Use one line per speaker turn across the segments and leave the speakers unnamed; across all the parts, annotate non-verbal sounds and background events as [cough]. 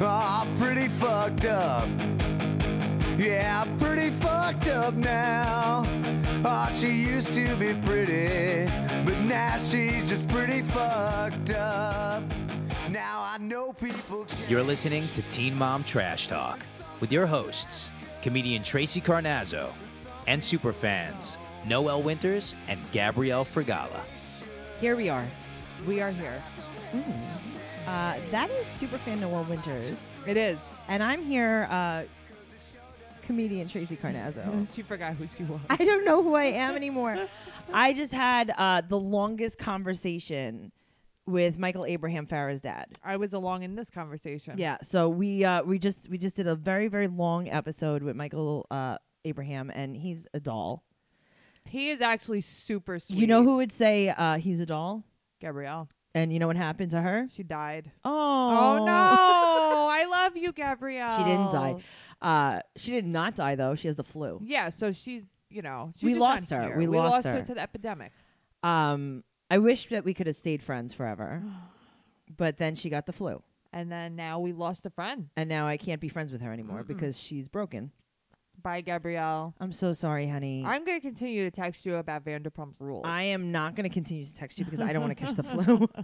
Oh, pretty fucked up. Yeah, pretty fucked up now. Oh, she used to be pretty, but now she's just pretty fucked up. Now I know people. change.
You're listening to Teen Mom Trash Talk with your hosts, comedian Tracy Carnazzo, and superfans Noel Winters and Gabrielle Fregala.
Here we are. We are here.
Uh, that is Superfan Noel Winters.
It is.
And I'm here, uh, comedian Tracy Carnazzo.
She forgot who she was.
I don't know who I am anymore. I just had uh, the longest conversation with Michael Abraham Farah's dad.
I was along in this conversation.
Yeah, so we uh, we just we just did a very very long episode with Michael uh, Abraham, and he's a doll.
He is actually super sweet.
You know who would say uh, he's a doll,
Gabrielle.
and you know what happened to her?
She died.
Oh,
Oh, no. I love you, Gabrielle.
she didn't die. Uh, she did not die though. She has the flu.
Yeah, so she's, you know, she's
We
just
lost
not
her.
here.
We
we
lost
lost her
her.
to the epidemic.
Um, I wish that we could have stayed friends forever,
[gasps]
but then she got the flu,
And then now we lost a friend.
and now I can't be friends with her anymore because she's broken.
Bye, Gabrielle.
I'm so sorry, honey.
I'm going to continue to text you about Vanderpump Rules.
Mm. I am not going to continue to text you because I don't want to catch
[laughs]
the flu. [laughs]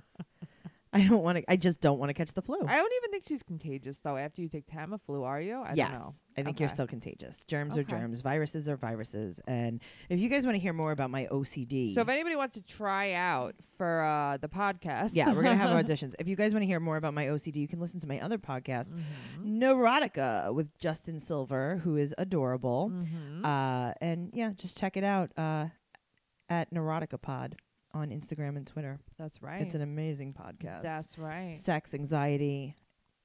I don't want to. I just don't want to catch the flu.
I don't even think she's contagious though. After you take Tamiflu, are you? I
yes,
don't know.
I think you're
Okay.
still contagious. Germs are
Okay.
germs. Viruses are viruses. And if you guys want to hear more about my OCD,
So if anybody wants to try out for uh, the podcast,
yeah,
[laughs]
we're gonna have auditions. If you guys want to hear more about my OCD, you can listen to my other podcast,
Mm-hmm.
Neurotica, with Justin Silver, who is adorable.
Mm-hmm.
Uh, and yeah, just check it out uh, at Neurotica Pod on Instagram and Twitter.
that's right.
It's an amazing podcast.
that's right.
Sex, anxiety,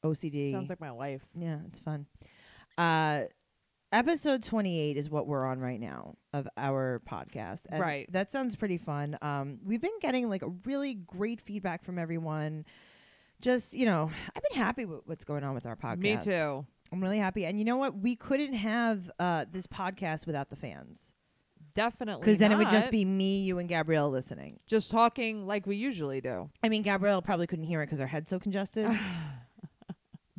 OCD.
Sounds like my life.
yeah, it's fun. Uh, episode 28 is what we're on right now of our podcast. And
Right.
That sounds pretty fun. Um, we've been getting like a really great feedback from everyone. Just, you know, I've been happy with what's going on with our podcast.
Me too.
I'm really happy. And you know what? We couldn't have uh, this podcast without the fans
Definitely.
because then it would just
not.
be me, you, and Gabrielle listening.
just talking like we usually do.
I mean, Gabrielle probably couldn't hear it because her head's
[laughs]
so congested.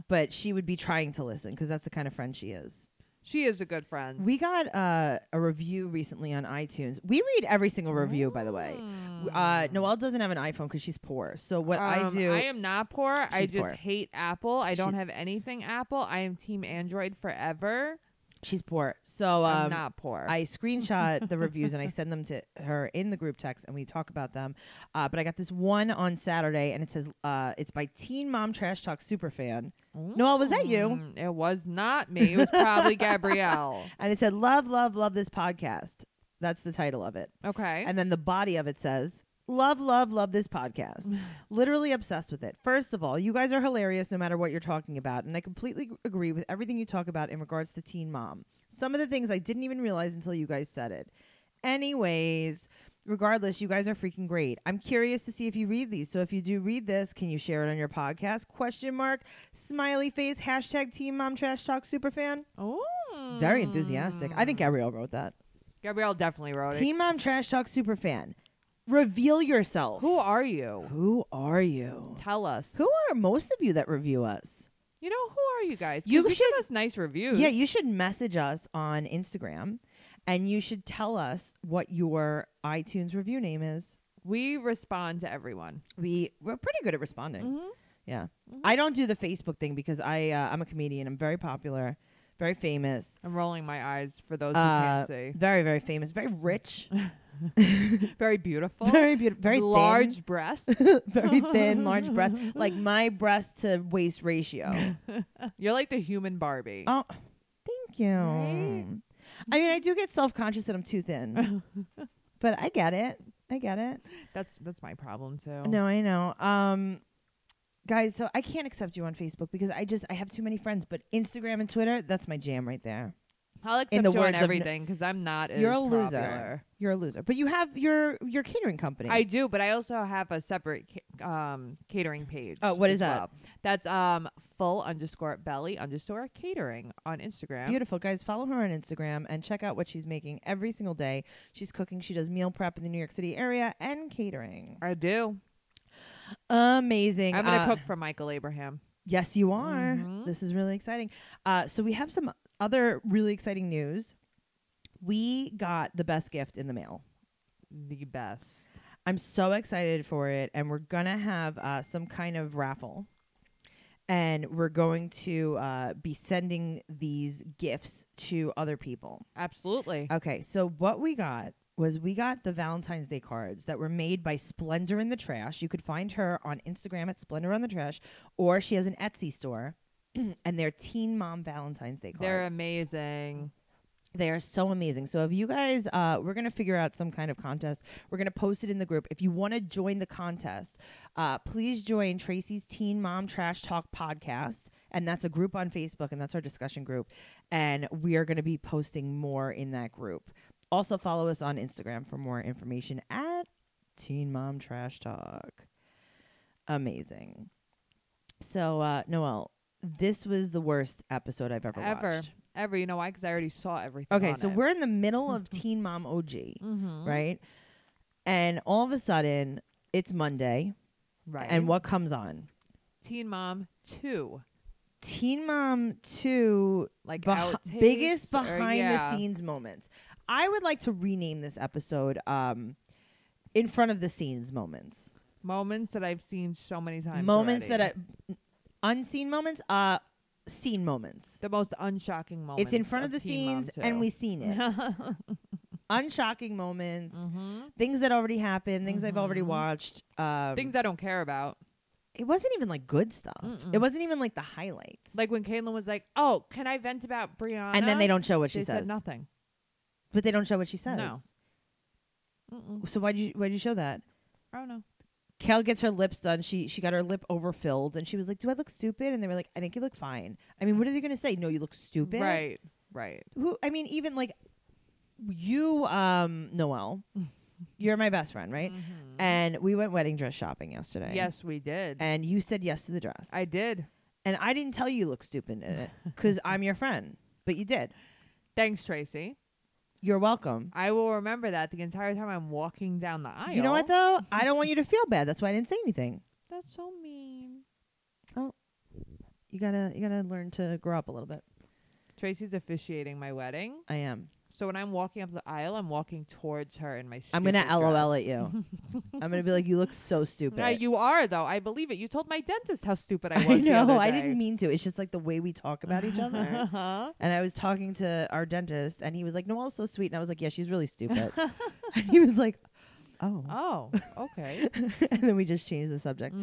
but she would be trying to listen because that's the kind of friend she is.
She is a good friend.
We got uh, a review recently on iTunes. We read every single review, by the way. W- Uh, Noelle doesn't have an iPhone because she's poor. So what I
Hmm. Um,
do,
I am not poor. I
She's
just
poor.
hate Apple. I don't
She-
have anything Apple. I am Team Android forever.
she's poor. So
I'm
um,
not poor.
I screenshot the reviews
[laughs]
and I send them to her in the group text and we talk about them. Uh, but I got this one on Saturday and it says uh, it's by Teen Mom Trash Talk Superfan. Noelle, was that you?
Mm, It was not me. It was
[laughs]
probably Gabrielle.
and it said love love love this podcast that's the title of it
Okay.
and then the body of it says love love love this podcast literally obsessed with it first of all you guys are hilarious no matter what you're talking about and i completely agree with everything you talk about in regards to teen mom some of the things i didn't even realize until you guys said it anyways regardless you guys are freaking great i'm curious to see if you read these so if you do read this can you share it on your podcast question mark smiley face hashtag teen mom trash talk superfan
oh.
very enthusiastic. I think Gabrielle wrote that.
Gabrielle definitely wrote it.
Team Mom Trash Talk Superfan. Reveal yourself.
Who are you?
Who are you?
Tell us.
Who are most of you that review us?
You know, who are you guys? 'Cause
You
You,
should-
give us nice reviews.
Yeah, you should message us on Instagram and you should tell us what your iTunes review name is.
we respond to everyone.
We we're pretty good at responding.
Mm-hmm.
Yeah. I don't do the Facebook thing because I uh, I'm a comedian. I'm very popular, very famous.
I'm rolling my eyes for those who
Uh,
can't see.
very very famous, very
[laughs]
rich, [laughs]
Very beautiful.
very beautiful, very thin.
large breasts.
[laughs] very thin, large
[laughs]
breast, like my breast to waist ratio.
You're like the human Barbie.
Oh, thank you. I mean, I do get self conscious that I'm too
[laughs]
thin, but I get it. I get it.
That's that's my problem too.
No, I know. Um, guys, so I can't accept you on Facebook because I just I have too many friends. But Instagram and Twitter, that's my jam right there.
I'll accept
In the
you on
words of
everything because I'm not.
You're
as
a loser.
popular.
You're a loser. But you have your your catering company.
I do, but I also have a separate ca- um, catering page.
Oh, what
as
is that?
well. That's um full underscore belly underscore catering on Instagram.
Beautiful guys, follow her on Instagram and check out what she's making every single day. She's cooking. She does meal prep in the New York City area and catering.
I do.
Amazing.
I'm gonna
Uh,
cook for Michael Abraham.
Yes, you are. This is really exciting. Uh, so we have some other really exciting news. We got the best gift in the mail.
The best.
I'm so excited for it, and we're gonna have uh, some kind of raffle, and we're going to uh, be sending these gifts to other people.
Absolutely.
Okay, so what we got was we got the Valentine's Day cards that were made by Splendor in the Trash. You could find her on Instagram at Splendor on the Trash, or she has an Etsy store, [clears throat] and they're Teen Mom Valentine's Day cards.
They're amazing.
They are so amazing. So if you guys, uh, we're gonna figure out some kind of contest. We're gonna post it in the group. If you want to join the contest, uh, please join Tracy's Teen Mom Trash Talk podcast, and that's a group on Facebook, and that's our discussion group. And we are gonna be posting more in that group. Also follow us on Instagram for more information at Teen Mom Trash Talk. Amazing. So uh, Noel, this was the worst episode I've ever,
Ever.
watched.
Ever. You know why? Because I already saw everything.
Okay,
on
so
it. Mm-hmm.
we're in the middle
[laughs]
of Teen Mom OG, right? And all of a sudden, it's Monday,
right.
and what comes on?
Teen Mom Two.
Teen Mom 2
Like
beh-
outtakes
biggest
or-
behind
yeah.
the scenes moments. I would like to rename this episode um in front of the scenes moments.
Moments that I've seen so many times.
moments
already.
that I unseen moments, uh scene moments.
the most unshocking moments.
It's in front of the
Teen Mom
scenes
2.
and we
[laughs]
seen it. Unshocking moments.
Mm-hmm.
things that already happened, things I've already watched. Um,
things I don't care about.
it wasn't even like good stuff. It wasn't even like the highlights.
Like when Caitlin was like, "Oh, can I vent about Brianna?"
and then they don't show what she
They
says.
said nothing.
But they don't show what she says.
No. Mm-mm.
So why did you why did you show that?
I
Oh,
don't know.
Kel gets her lips done. She she got her lip overfilled, and she was like, "Do I look stupid?" And they were like, "I think you look fine." I mean, what are they gonna say? No, you look stupid.
Right. Right.
Who? I mean, even like you, um,
[laughs]
Noel, you're my best friend, right? And we went wedding dress shopping yesterday.
Mm-hmm. Yes, we did.
And you said yes to the dress.
I did.
And I didn't tell you you look stupid in
[laughs]
it because I'm your friend, but you did.
Thanks, Tracy.
You're welcome.
I will remember that the entire time I'm walking down the aisle.
You know what though? I
[laughs]
don't want you to feel bad. That's why I didn't say anything.
That's so mean.
You gotta, you gotta learn to grow up a little bit.
Tracy's officiating my wedding,
I am.
so when I'm walking up the aisle, I'm walking towards her in my.
I'm gonna
stupid
LOL
dress.
at you.
[laughs]
I'm gonna be like, you look so stupid.
Yeah, you are though. I believe it. You told my dentist how stupid I was.
[laughs] I
the other
know. I
day.
didn't mean to. It's just like the way we talk
[laughs]
about each other.
Uh-huh.
and I was talking to our dentist, and he was like, "Noel's so sweet," and I was like, "Yeah, she's
[laughs]
really stupid." and he was like, "Oh."
Oh, Mm-hmm. okay.
[laughs] and then we just changed the subject.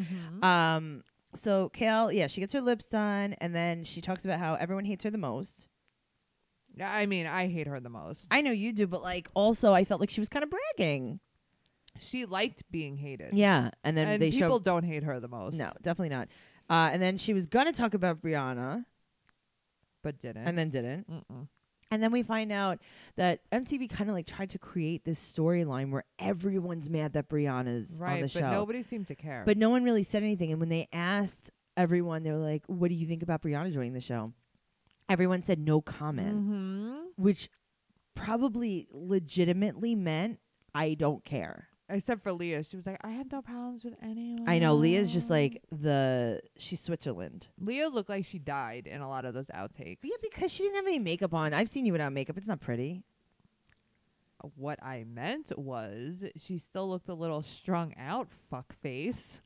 Um, so Kale, yeah, she gets her lips done, and then she talks about how everyone hates her the most.
Yeah, I mean, I hate her the most.
I know you do, but like also, I felt like she was kind of bragging.
She liked being hated.
Yeah, and then
and
they
people
show
don't hate her the most.
no, definitely not. Uh, and then she was gonna talk about Brianna,
but didn't.
and then didn't.
Mm-mm.
And then we find out that MTV kind of like tried to create this storyline where everyone's mad that Brianna's
right,
on the
but
show,
nobody seemed to care.
but no one really said anything. And when they asked everyone, they were like, "What do you think about Brianna joining the show?" Everyone said no comment.
hmm
which probably legitimately meant I don't care.
except for Leah, she was like, I have no problems with anyone.
I know Leah's just like the she's Switzerland.
Leah looked like she died in a lot of those outtakes.
Yeah, because she didn't have any makeup on. I've seen you without makeup. It's not pretty.
what I meant was she still looked a little strung out, fuck face.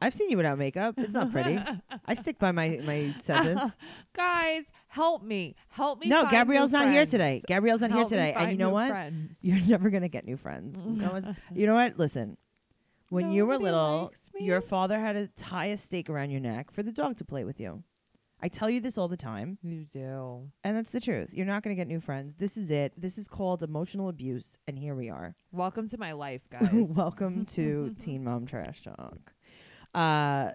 I've seen you without makeup. It's not pretty.
[laughs]
I stick by my my sentence.
Guys, help me. Help me.
no,
find new
Gabrielle's not here
friends.
today. Gabrielle's not here
Help me
today. And
find
you know
new
what?
friends.
[laughs] You're never gonna get
[laughs]
new friends. No one's, you know what? Listen, when you were
Nobody
little,
likes me.
your father had to tie a stake around your neck for the dog to play with you. I tell you this all the time.
You do.
And that's the truth. You're not going to get new friends. This is it. This is called emotional abuse. And here we are.
Welcome to my
[laughs]
life, guys.
Welcome to Teen Mom Trash Talk. Uh,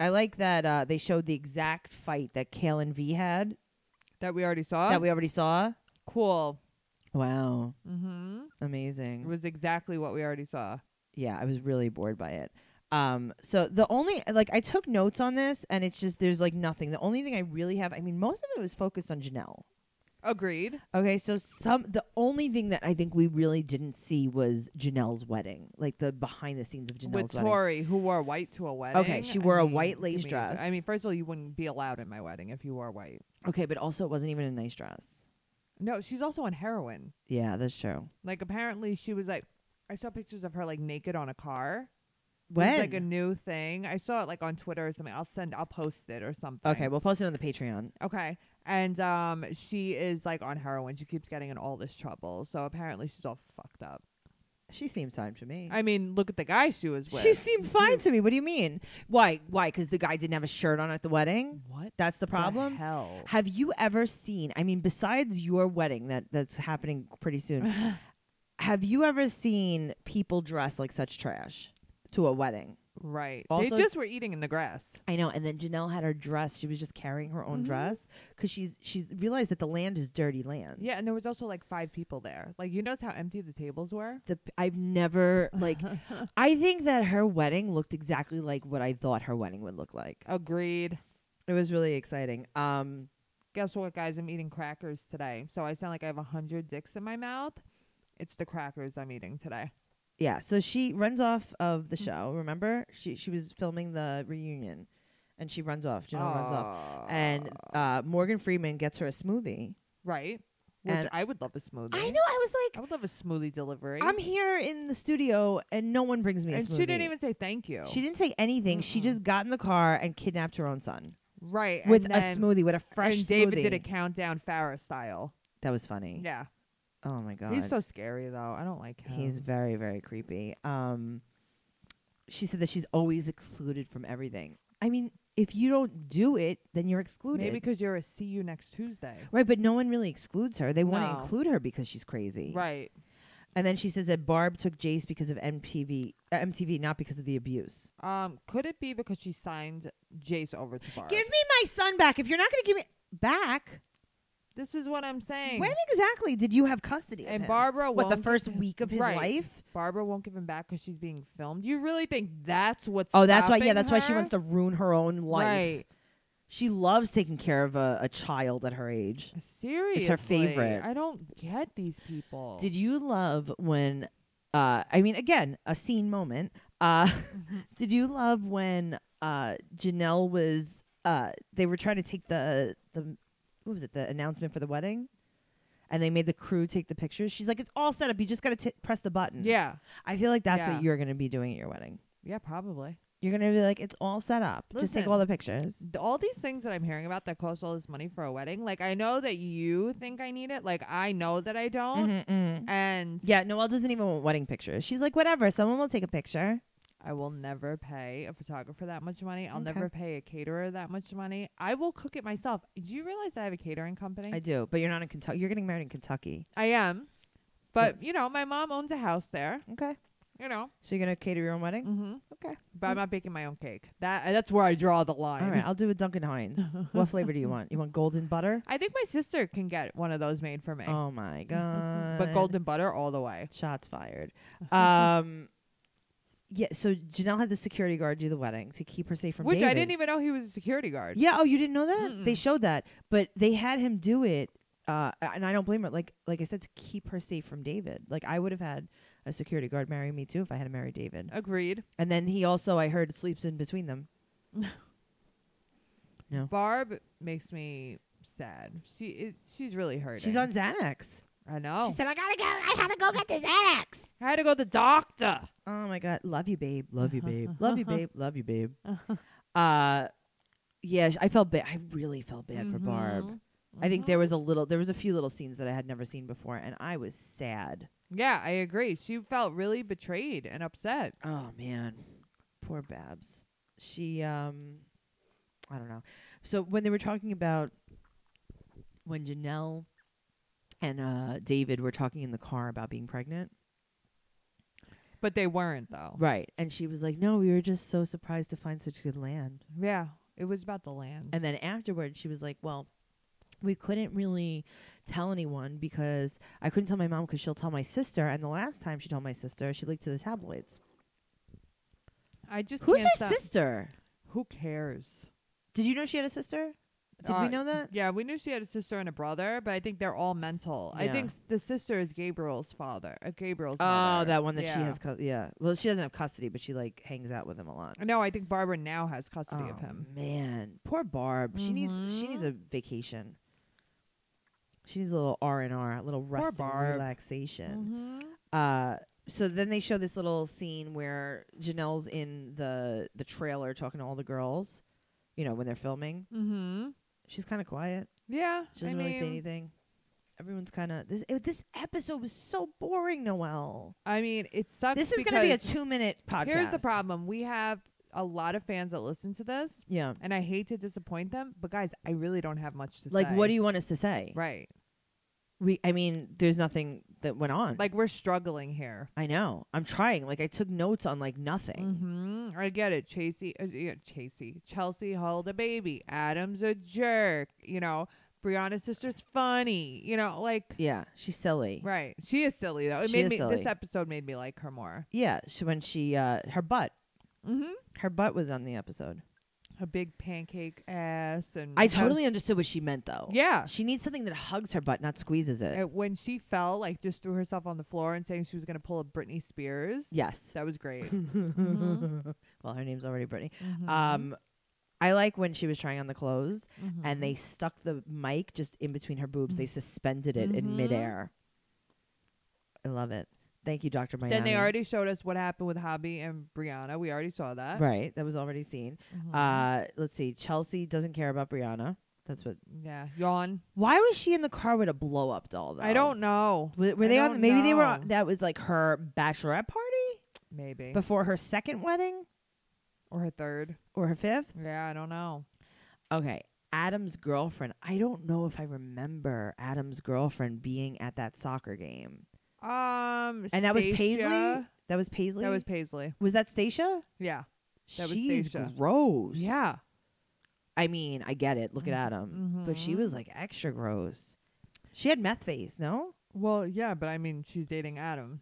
I like that uh, they showed the exact fight that Kale and V had
that we already saw.
that we already saw.
cool.
Wow.
Mm-hmm. It
Amazing.
was exactly what we already saw.
Yeah, I was really bored by it. Um, so the only, like, I took notes on this and it's just, there's like nothing. The only thing I really have, I mean, most of it was focused on Janelle.
Agreed.
Okay, so some the only thing that I think we really didn't see was Janelle's wedding, like the behind the scenes of Janelle's
With
wedding.
Tori, who wore white to a wedding.
she
I
wore a
mean,
white
give
lace
me-
dress.
I mean, first of all, you wouldn't be allowed in my wedding if you wore white.
Okay, but also it wasn't even a nice dress.
No, she's also on heroin.
Yeah, that's true.
Like apparently she was like I saw pictures of her like naked on a car.
When?
It's like a new thing. I saw it like on Twitter or something. I'll send I'll post it or something.
okay, we'll post it on the Patreon.
Okay. And um she is like on heroin. She keeps getting in all this trouble. So apparently she's all fucked up.
She seems fine to me.
I mean, look at the guy she was with.
she seemed [laughs] fine to me. What do you mean? Why? Why? Because the guy didn't have a shirt on at the wedding.
what the
That's the problem.
hell.
Have you ever seen? I mean, besides your wedding that that's happening pretty [laughs] soon, have you ever seen people dress like such trash to a wedding?
Right.
Also-
they just were eating in the grass.
I know. And then Janelle had her dress. She was just carrying her own
Mhm.
dress because she's she's realized that the land is dirty land.
Yeah, and there was also like five people there. Like you notice how empty the tables were?
The I've never
[laughs]
like. I think that her wedding looked exactly like what I thought her wedding would look like.
Agreed.
It was really exciting. Um,
Guess what, guys? I'm eating crackers today. So I sound like I have a hundred dicks in my mouth. It's the crackers I'm eating today.
yeah. So she runs off of
Mm-hmm.
the show. Remember, she she was filming the reunion, and she runs off. Janelle runs off. and uh, Morgan Freeman gets her a smoothie.
right. Which
and-
I would love a smoothie.
I know. I was
I
like,
would love a smoothie delivery.
I'm here in the studio, and no one brings me a
and
smoothie.
she didn't even say thank you.
She didn't say anything. She
Mm-mm.
just got in the car and kidnapped her own son
right.
with
and
a
then-
smoothie, with a fresh
And David
smoothie.
did a countdown Farrah style.
that was funny.
Yeah.
Oh my god.
He's so scary though. I don't like him.
He's very very creepy. Um, she said that she's always excluded from everything. I mean, if you don't do it, then you're excluded.
maybe because you're a see you next Tuesday.
Right, but no one really excludes her. They want to
No.
include her because she's crazy.
Right.
And then she says that Barb took Jace because of MTV, uh, MTV, not because of the abuse.
Um, could it be because she signed Jace over to Barb?
Give me my son back. If you're not going to give me back,
this is what I'm saying.
when exactly did you have custody of
and
him?
Barbara
what the
won't
first week of his
Right.
life?
Barbara won't give him back because she's being filmed. You really think that's what's?
Oh, that's why. Yeah,
stopping
that's why she
her?
wants to ruin her own life.
Right,
She loves taking care of a, a child at her age.
seriously.
favorite.
I don't get these people.
Did you love when? Uh, I mean, again, a scene moment. Uh,
Mm-hmm.
[laughs] did you love when uh, Janelle was? Uh, they were trying to take the the what was it? The announcement for the wedding, and they made the crew take the pictures. She's like, "It's all set up. You just got to press the button."
yeah,
I feel like that's
Yeah.
what you're going to be doing at your wedding.
yeah, probably.
You're going to be like, "It's all set up. just take
Listen.
all the pictures."
Th- All these things that I'm hearing about that cost all this money for a wedding, like I know that you think I need it, like I know that I don't,
Mhm, mhm.
and
Yeah, Noelle doesn't even want wedding pictures. She's like, "Whatever. Someone will take a picture."
I will never pay a photographer that much money. I'll
Okay.
never pay a caterer that much money. I will cook it myself. Do you realize I have a catering company?
I do, but you're not in Kentucky. You're getting married in Kentucky.
I am. But
it's-
you know, my mom owns a house there.
Okay.
You know,
So you're gonna cater your own wedding?
mm-hmm.
Okay.
but I'm not baking my own cake. That that's where I draw the line.
Mm. All right, I'll do a Duncan Hines. what flavor do you want? You want golden
[laughs]
butter?
I think my sister can get one of those made for me.
Oh my god!
[laughs] but golden butter all the way.
Shots fired. Um, yeah. So Janelle had the security guard do the wedding to keep her safe from
Which I
David.
didn't even know he was a security guard.
Yeah. Oh, you didn't know that? They
Mm-mm.
showed that, but they had him do it. Uh, and I don't blame her. Like, like I said, to keep her safe from David. Like, I would have had a security guard marry me too if I had married David.
Oh. Agreed.
And then he also, I heard, sleeps in between them.
Barb makes me sad. She is she's really hurting.
She's on Xanax.
I know.
She said, "I gotta go. I had to go get this Xanax."
I had to go to the doctor.
Oh my god, love you, babe. Love you, babe. love you, babe. Love you, babe. uh, yeah, sh- I felt bad. I really felt bad for Barb.
Mhm.
I think there was a little, there was a few little scenes that I had never seen before, and I was sad.
Yeah, I agree. She felt really betrayed and upset.
Oh man, poor Babs. She, um, I don't know. So when they were talking about when Janelle and uh, David were talking in the car about being pregnant,
But they weren't though.
right? And she was like, "No, we were just so surprised to find such good land."
Yeah. It was about the land.
And then afterwards, she was like, "Well, we couldn't really tell anyone because I couldn't tell my mom because she'll tell my sister." And the last time she told my sister, she leaked to the tabloids.
I just
Who's
can't
her
stop-
sister?
Who cares?
Did you know she had a sister? Did
Uh,
we know that?
Yeah, we knew she had a sister and a brother, but I think they're all mental. I
Yeah.
think s- the sister is Gabriel's father. Uh, Gabriel's
Oh,
mother.
that one that she
Yeah.
has. Cu- yeah. Well, she doesn't have custody, but she like hangs out with him a lot.
No, I think Barbara now has custody of
Oh,
him. Mm-hmm.
Man, poor Barb. She needs she needs a vacation. She needs a little R and R, a little rest and
Barb.
relaxation.
Mm-hmm.
Uh, so then they show this little scene where Janelle's in the the trailer talking to all the girls. You know when they're filming,
Mm-hmm.
she's kind of quiet.
Yeah,
She doesn't
I mean,
really say anything. Everyone's kind of this. It, this episode was so boring, Noel.
I mean, it sucks.
This is going to be a
because
two minute podcast.
Here's the problem: we have a lot of fans that listen to this,
Yeah.
and I hate to disappoint them, but guys, I really don't have much to say.
Like, what do you want us to say?
Right,
We, I mean, there's nothing that went on.
like we're struggling here.
I know. I'm trying. Like I took notes on like nothing.
hmm I get it. Chasey, uh, yeah, Chasey, Chelsea held a baby. Adam's a jerk. You know, Brianna's sister's funny. You know, like
Yeah, she's silly.
right. She is silly though. It
She
made
is
me. This
silly.
episode made me like her more.
Yeah, she, when she uh her butt,
Mm-hmm.
her butt was on the episode.
Her big pancake ass and
I totally understood what she meant though.
Yeah.
she needs something that hugs her butt, not squeezes it.
Uh, when she fell, like just threw herself on the floor and saying she was gonna pull a Britney Spears.
yes.
that was
[laughs]
great. mm-hmm.
well, her name's already Brittany. Um, I like when she was trying on the clothes
mm-hmm.
and they stuck the mic just in between her boobs. They suspended it in midair. I love it. Thank you, Doctor Miami.
Then they already showed us what happened with Hobby and Brianna. We already saw that. Mm-hmm.
Right. That was already seen. Uh, let's see. Chelsea doesn't care about Brianna. That's what.
Yeah, yawn.
Why was she in the car with a blow up doll? Though
I don't know.
Were, were
I
they
don't
on? Maybe they were.
know.
on That was like her bachelorette party
Maybe
before her second wedding
or her third.
or her fifth.
Yeah, I don't know.
Okay. Adam's girlfriend. I don't know if I remember Adam's girlfriend being at that soccer game.
Um,
And that was
Stacia-
Paisley. That was Paisley.
That was Paisley.
was that Stacia?
Yeah, That was
She's
Stacia.
gross.
yeah. Mm-hmm.
I mean, I get it. Look at Adam. But she was like extra gross. She had meth face, no?
Well, yeah, but I mean, she's dating Adam.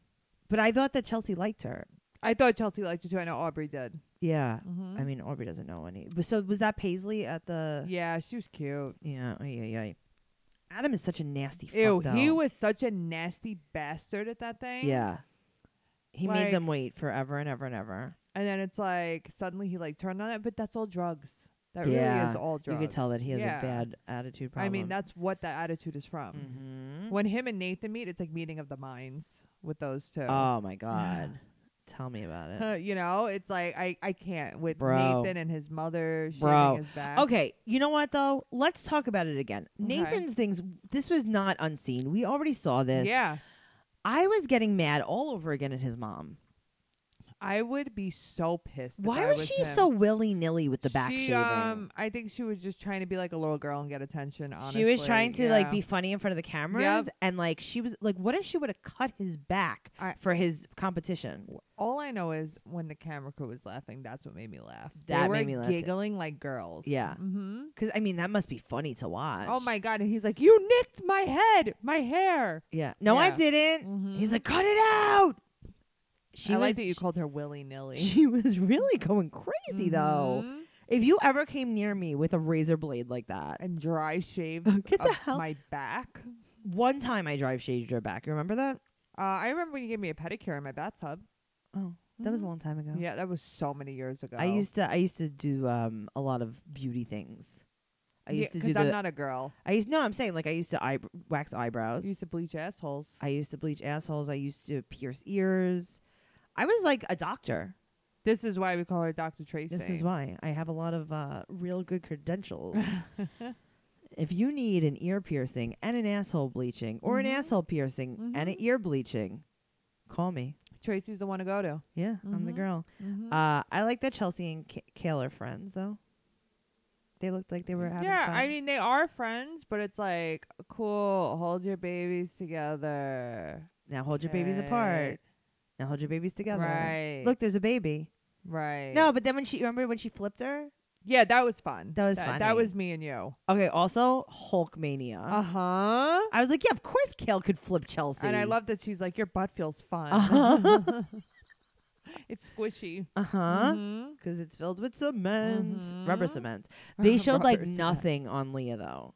But I thought that Chelsea liked her.
I thought Chelsea liked it too. I know Aubrey did.
Yeah.
Mm-hmm.
I mean, Aubrey doesn't know any. But so was that Paisley at the.
Yeah, she was cute.
Yeah. oh, Yeah. Yeah. yeah. Adam is such a nasty fuck.
Ew,
though.
he was such a nasty bastard at that thing.
Yeah. He made them
Like-
wait forever and ever and ever.
and then it's like suddenly he like turned on it, but that's all drugs. That really
Yeah.
is all
You
drugs.
could tell that he has
Yeah.
a bad
I
attitude problem. Mm-hmm.
mean, that's what that attitude is from. When him and Nathan meet, it's like meeting of the minds with those two.
Oh, my God.
[sighs]
Tell me
[laughs]
about it.
Uh, you know, it's like I, I can't with
Bro.
Nathan and his mother shaving
Bro.
his back.
Okay, you know what though? Let's talk about it again.
Okay.
Nathan's things. This was not unseen. We already saw this.
Yeah.
I was getting mad all over again at his mom.
I would be so pissed. if
Why
I
was,
was
she
him.
so willy nilly with the back
she,
shaving?
Um, I think she was just trying to be like a little girl and get attention. Honestly,
she was trying to like
Yeah.
be funny in front of the cameras, and like she was like, what if she would have cut his back
I-
for his competition?
All I know is when the camera crew was laughing, that's what made me laugh. they
That
were
made me laugh, too.
giggling like girls.
Yeah.
Mm-hmm.
Because I mean, that must be funny to watch.
Oh my god! And he's like, "You nicked my head, my hair."
Yeah. No, I
Yeah. Mm-hmm.
didn't. He's like, cut it out. She
I like
was-
that you called her willy nilly.
She [laughs] was really going crazy though.
Mhm.
If you ever came near me with a razor blade like that,
And dry shaved
[laughs] Get the
up
hell-
my back.
one time I drive shaved your back. You remember that?
Uh, I remember when you gave me a pedicure in my bathtub.
Oh, that was a long time ago.
Yeah, that was so many years ago.
I used to I used to do um a lot of beauty things. I used to do
I'm
the
not a girl.
I used no, I'm saying like I used to eye wax eyebrows.
I used to bleach assholes.
I used to bleach assholes. I used to pierce ears. I was like a doctor.
This is why we call her Dr. Tracy.
This is why I have a lot of uh, real good credentials.
[laughs]
if you need an ear piercing and an asshole bleaching, or
Mm-hmm.
an asshole piercing and an ear bleaching, call me.
Tracy's the one to go to.
Yeah, I'm
Mm-hmm.
the girl. Uh, I like that Chelsea and K- Kale are friends, though. They looked like they were having
yeah,
fun.
I mean they are friends, but it's like cool. Hold your babies together.
now hold your babies apart. Now hold your babies together.
Right.
Look, there's a baby.
Right.
No, but then when she remember when she flipped her.
Yeah, that was fun.
That was
that, That
funny.
was me and you.
Okay. Also, Hulk mania.
Uh huh.
I was like, yeah, of course Kale could flip Chelsea. Uh-huh. [laughs]
And I love that she's like, your butt feels fun. [laughs] It's squishy.
Uh huh.
Mhm.
Because it's filled with cement, rubber
Mhm. [laughs]
cement. They showed like
Rubber cement.
nothing on Leah though.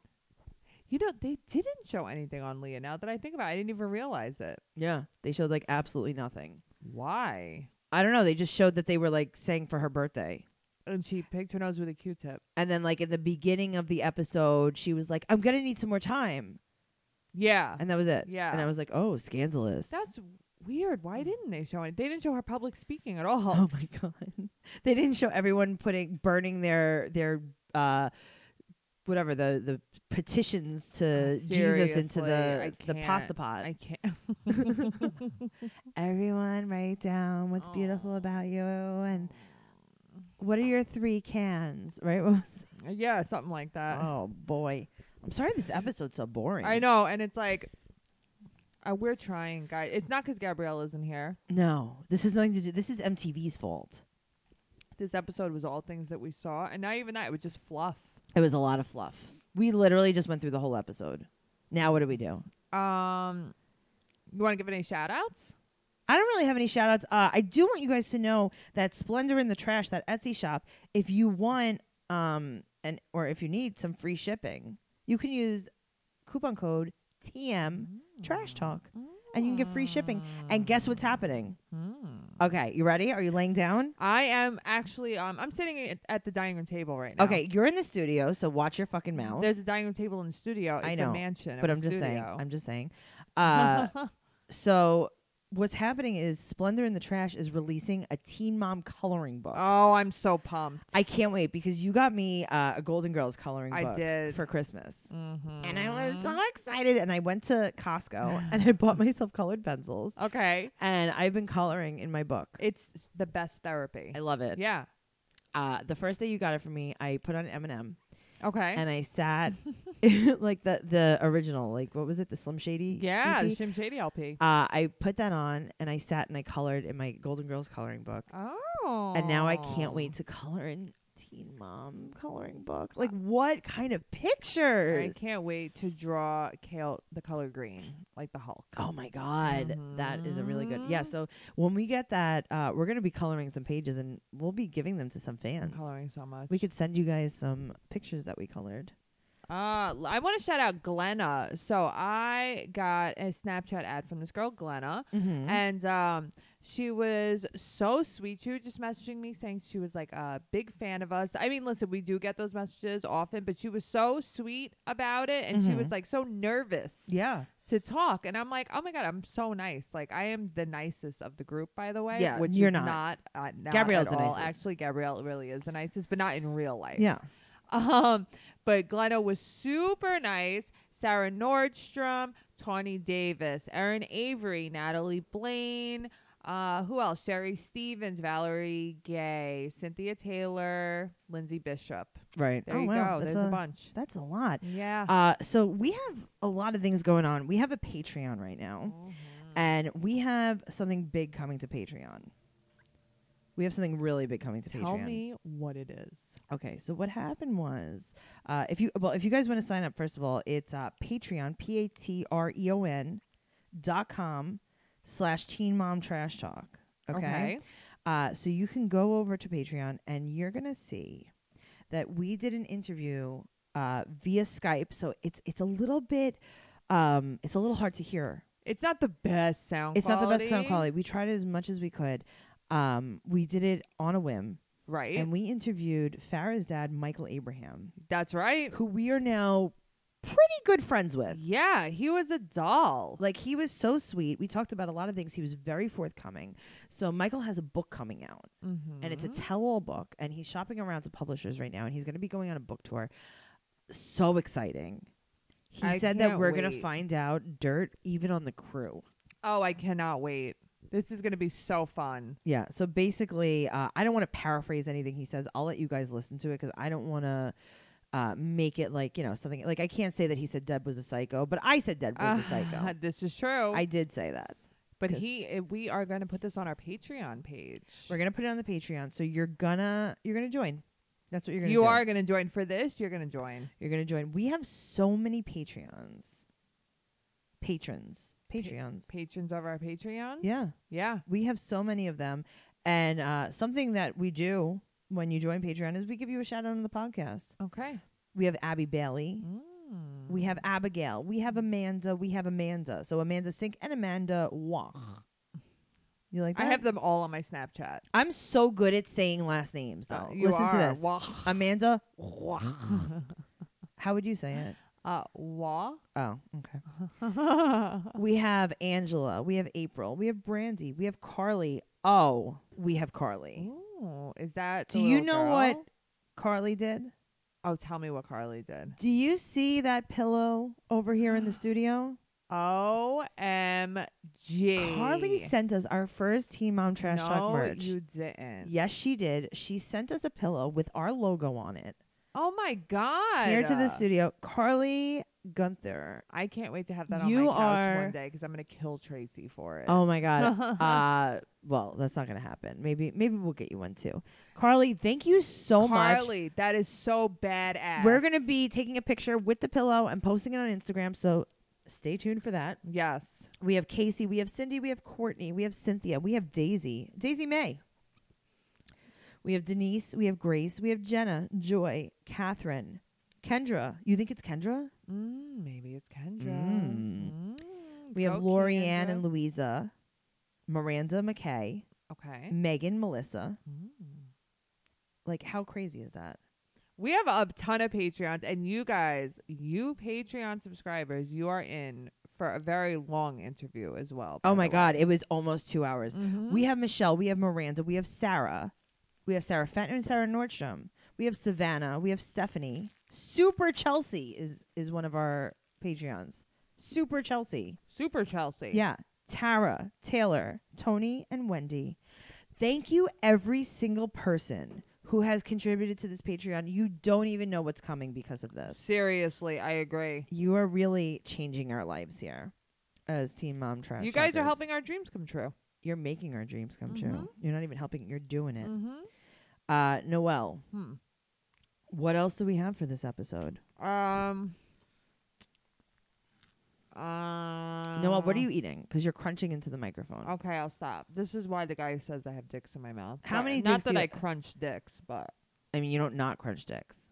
You know, they didn't show anything on Leah. Now that I think about it, I didn't even realize it.
Yeah, they showed like absolutely nothing.
Why?
I don't know. They just showed that they were like sang for her birthday.
And she picked her nose with a Q-tip.
And then like in the beginning of the episode, she was like, "I'm gonna need some more time,"
Yeah,
and that was it.
Yeah.
And I was like, "Oh, scandalous." [laughs]
that's weird. Why didn't they show it? They didn't show her public speaking at all.
Mm. oh my god. [laughs] they didn't show everyone putting burning their their uh whatever the the petitions to Jesus into the
Seriously, I
the pasta
can't.
pot.
I can't.
Everyone write down what's beautiful about you and what are your three cans, right? [laughs] What was-
[laughs] yeah, something like that.
oh boy. I'm sorry this episode's so boring.
I know, and it's like, uh, we're trying, guys. It's not because Gabrielle isn't here.
No, this has nothing to do. This is MTV's fault.
This episode was all things that we saw, and not even that. It was just fluff.
It was a lot of fluff. We literally just went through the whole episode. Now what do we do?
Um, you want to give any shout outs?
I don't really have any shout outs. Uh, I do want you guys to know that Splendor in the Trash, that Etsy shop, if you want um and or if you need some free shipping, you can use coupon code TM Trash Talk and you can get free shipping. And guess what's happening? Okay, you ready? Are you laying down?
I am actually, um, I'm sitting at, at the dining room table right now.
Okay, you're in the studio, so watch your fucking mouth.
There's a dining room table in the studio. It's
I know,
a mansion. of
but
a
I'm just saying.
studio.
I'm just saying.
[laughs]
Uh, so what's happening is Splendor in the Trash is releasing a Teen Mom coloring book.
oh, I'm so pumped.
I can't wait because you got me uh, a Golden Girls coloring
I
book
did. Mm-hmm.
for Christmas, and I was so excited. And I went to
[laughs]
Costco and I bought myself colored pencils,
okay.
and I've been coloring in my book.
It's s- the best therapy.
I love it.
yeah.
Uh, the first day you got it for me, I put on Eminem
Okay.
and I sat
[laughs]
[laughs] like the the original, like what was it, the Slim Shady?
yeah,
EP?
the Shim Shady LP.
Uh, I put that on and I sat and I colored in my Golden Girls coloring book.
Oh.
And now I can't wait to color in Teen Mom coloring book. Like, what kind of
I
pictures?
can't wait to draw Kale the color green, like the Hulk.
Oh my God. That is a really good.
Mm-hmm.
Yeah. So when we get that, uh, we're going to be coloring some pages and we'll be giving them to some
I'm
fans.
coloring so much.
We could send you guys some pictures that we colored.
Uh, l- I want to shout out Glenna. So I got a Snapchat ad from this girl, Glenna,
Mhm.
and um, she was so sweet. She was just messaging me saying she was like a big fan of us. I mean, listen, we do get those messages often, but she was so sweet about it, and she was like so nervous
Mm-hmm. Yeah.
to talk. And I'm like, oh my god, I'm so nice. Like I am the nicest of the group, by the way.
Yeah,
which
you're
is
not.
not, uh, not
Gabrielle's
at
the
all.
nicest.
Actually, Gabrielle really is the nicest, but not in real life.
Yeah.
Um, but Glenna was super nice. Sarah Nordstrom, Tawny Davis, Erin Avery, Natalie Blaine, uh, who else? Sherry Stevens, Valerie Gay, Cynthia Taylor, Lindsay Bishop.
Right.
There
oh,
you
wow.
go.
That's
There's a, bunch.
That's a lot.
Yeah.
Uh, so we have a lot of things going on. We have a Patreon right now,
Mm-hmm.
and we have something big coming to Patreon. We have something really big coming to
Tell
Patreon.
me what it is.
Okay, so what happened was, uh, if you well, if you guys want to sign up, first of all, it's uh, Patreon p a t r e o n dot com slash Teen Mom Trash Talk. Okay,
Okay.
Uh, so you can go over to Patreon and you're gonna see that we did an interview uh, via Skype. So it's it's a little bit, um, it's a little hard to hear
It's not the best sound.
it's not the best sound quality. We tried as much as we could. Um, we did it on a whim,
Right.
and we interviewed Farah's dad, Michael Abraham,
That's right.
who we are now pretty good friends with.
Yeah, he was a doll.
Like he was so sweet. We talked about a lot of things. He was very forthcoming. So Michael has a book coming out, and it's a
Mm-hmm.
tell-all book, and he's shopping around to publishers right now, and he's going to be going on a book tour. So exciting. He
I
said that
can't
we're going to
wait.
find out dirt even on the crew.
Oh, I cannot wait. This is going to be so fun.
Yeah. So basically, uh, I don't want to paraphrase anything he says. I'll let you guys listen to it because I don't want to uh, make it like you know something. Like I can't say that he said Deb was a psycho, but I said Deb was
[laughs]
a
Uh,
psycho.
this is true.
I did say that.
but
'cause-
he, eh, we are going to put this on our Patreon page.
We're gonna put it on the Patreon, so you're gonna you're gonna join. That's what you're gonna.
you
do.
are going to join for this. You're going to join.
You're gonna join. We have so many Patreons, patrons, Patreons.
Patrons of our Patreon.
yeah,
Yeah.
we have so many of them, And uh, something that we do when you join Patreon is we give you a shout out on the podcast.
Okay.
We have Abby Bailey.
Mm.
We have Abigail. We have Amanda. We have Amanda. So Amanda Sink and Amanda Wach. You like
Uh-huh. I
that?
have them all on my Snapchat.
I'm so good at saying last names, though.
Uh, you
Oh, Listen to
are.
this. Uh,
Wah.
Amanda Wach. How would you
[laughs]
say it?
[laughs] Uh, wah.
[laughs] Oh, okay. we have Angela. We have April. We have Brandy. We have Carly. Oh, we have Carly.
Ooh, is that? the
Do you
little
know what
girl?
Carly did?
Oh, tell me what Carly did.
Do you see that pillow over here
[gasps]
in the studio?
OMG.
Carly sent us our first Teen Mom Trash
no,
Talk merch.
you didn't.
yes, she did. She sent us a pillow with our logo on it.
Oh my god.
Here to the studio, Carly Gunther.
I can't wait to have that on
You
my couch
are-
one day because I'm gonna kill Tracy for it.
Oh my god.
[laughs]
uh well, that's not going to happen. Maybe maybe we'll get you one too. Carly, thank you so much.
Carly, that is so badass.
We're going to be taking a picture with the pillow and posting it on Instagram, so stay tuned for that.
Yes.
We have Casey, we have Cindy, we have Courtney, we have Cynthia, we have Daisy, Daisy May. We have Denise, we have Grace, we have Jenna, Joy, Catherine, Kendra. You think it's Kendra?
Mm, maybe it's Kendra.
Mm.
Mm,
We have
go
Lori Ann
Kendra.
and Louisa, Miranda McKay,
Okay.
Megan, Melissa.
Mm.
Like, how crazy is that?
We have a ton of Patreons, and you guys, you Patreon subscribers, you are in for a very long interview as well. by
Oh my
the way.
God, it was almost two hours.
Mhm.
We have Michelle, we have Miranda, we have Sarah, we have Sarah Fenton and Sarah Nordstrom, we have Savannah, we have Stephanie. Super Chelsea is is one of our Patreons. Super Chelsea.
Super Chelsea.
Yeah. Tara, Taylor, Tony, and Wendy. Thank you, every single person who has contributed to this Patreon. You don't even know what's coming because of this.
Seriously, I agree.
You are really changing our lives here as Team Mom Trash.
you guys are
Talkers.
helping our dreams come true.
You're making our dreams come
Mhm.
true. You're not even helping, you're doing it.
Mm-hmm.
Uh, Noelle,
Hmm.
what else do we have for this episode?
Um. Uh,
Noelle, what are you eating? Because you're crunching into the microphone.
um, Okay, I'll stop. This is why the guy says I have dicks in my mouth.
How
Sorry.
many
Not
dicks do
that
you-
I crunch dicks, but
I mean, you don't not crunch dicks.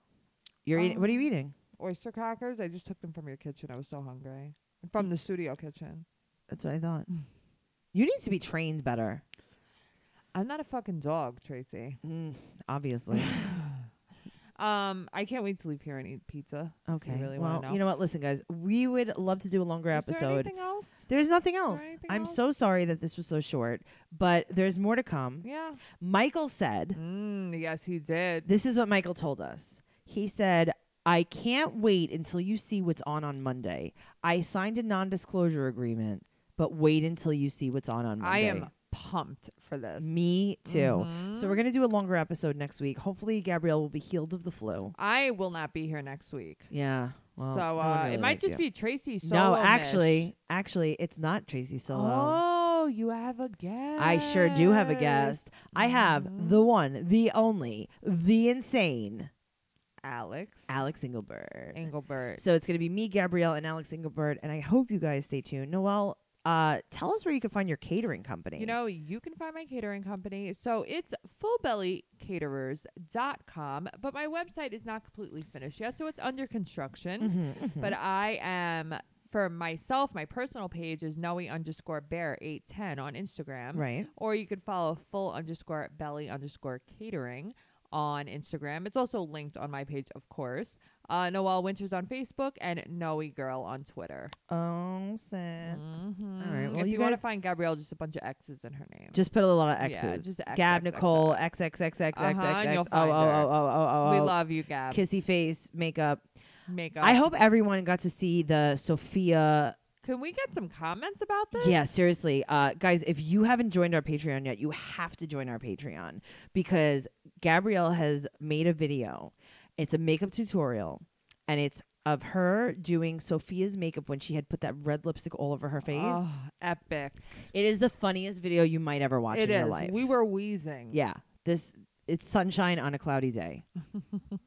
You're eating. What are you
Um,
eating?
oyster crackers. I just took them from your kitchen. I was so hungry. From the studio kitchen.
That's what I thought. [sighs] You need to be trained better.
I'm not a fucking dog, Tracy.
Mm,
[laughs]
obviously.
Um, I can't wait to leave here and eat pizza.
Okay.
really wanna
well,
know.
you know what? Listen, guys, we would love to do a longer
Is there
episode.
anything else?
there's nothing else.
anything
I'm
else?
so sorry that this was so short, but there's more to come.
Yeah.
Michael said,
Mm, yes, he did.
This is what Michael told us. He said, I can't wait until you see what's on on Monday. I signed a non disclosure agreement, but wait until you see what's on on Monday.
I am pumped for this.
Me too. So
Mhm.
we're going to do a longer episode next week. Hopefully, Gabrielle will be healed of the flu.
I will not be here next week.
Yeah. Well,
so
I wouldn't
uh,
really
it
like
might just
to.
be Tracy solo.
No, actually, actually, it's not Tracy Solo.
Oh, you have a guest.
I sure do have
Oh.
a guest. I have the one, the only, the insane
Alex.
Alex Engelbert.
Engelbert.
So it's going to be me, Gabrielle, and Alex Engelbert, and I hope you guys stay tuned. Noel, uh, tell us where you can find your catering company.
You know, you can find my catering company. So it's fullbellycaterers.com, but my website is not completely finished yet. So it's under construction.
Mm-hmm,
But I am, for myself, my personal page is Noe underscore bear 810 on Instagram.
right?
Or you could follow full underscore belly underscore catering on Instagram. It's also linked on my page, of course. Uh, Noelle Winters on Facebook and Noe Girl on Twitter. um,
Oh, sad.
Mhm.
All right, well,
if
you
you, want
guys-
to find Gabrielle, just a bunch of X's in her name.
Just put a lot of
Yeah,
X's.
just X,
Gab
X, X,
Nicole X X X X X
Uh-huh,
X
and
X.
you'll
Oh oh
find
oh
her.
oh oh oh.
we
oh.
love you, Gab.
kissy face makeup.
Makeup.
I hope everyone got to see the Sophia.
Can we get some comments about this?
Yeah, seriously, uh, guys, if you haven't joined our Patreon yet, you have to join our Patreon because Gabrielle has made a video. It's a makeup tutorial, and it's of her doing Sophia's makeup when she had put that red lipstick all over her face.
Oh, epic.
It is the funniest video you might ever watch
It
in your
is.
life.
We were wheezing.
yeah, this it's sunshine on a cloudy day.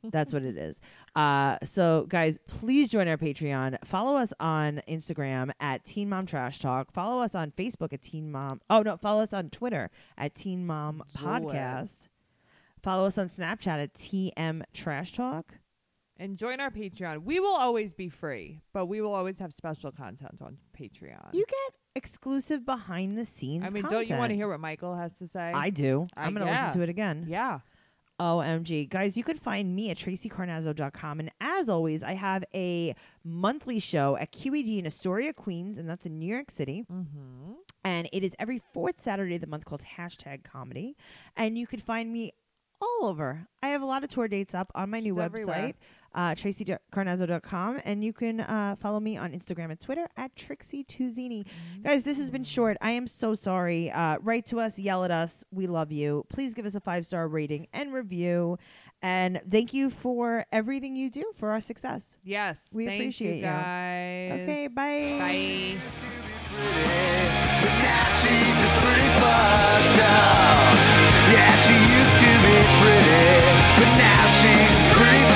That's what it is. Uh, so, guys, please join our Patreon. Follow us on Instagram at Teen Mom Trash Talk. Follow us on Facebook at Teen Mom. Oh, no, follow us on Twitter at Teen Mom
Do it.
Podcast. Follow us on Snapchat at TM Trash Talk.
and join our Patreon. We will always be free, but we will always have special content on Patreon.
You get exclusive behind the scenes
I mean, don't you want
content.
to hear what Michael has to say?
I do.
I-
I'm going to
yeah.
listen to it again.
yeah.
OMG. Guys, you can find me at tracycarnazzo.com. And as always, I have a monthly show at QED in Astoria, Queens, and that's in New York City.
Mm-hmm.
And it is every fourth Saturday of the month called hashtag comedy. And you can find me all over. I have a lot of tour dates up on my new
She's everywhere.
website, uh, tracycarnazzo.com. And you can uh, follow me on Instagram and Twitter at Trixie Tuzini.
Mm-hmm.
Guys, this has been short. I am so sorry. Uh, write to us, yell at us. We love you. Please give us a five star rating and review. And thank you for everything you do for our success.
Yes.
We
thank
appreciate
you
you.
guys.
Okay,
Bye.
But now she's just pretty fucked up. Yeah, she used to be pretty, but now she's just pretty Oh,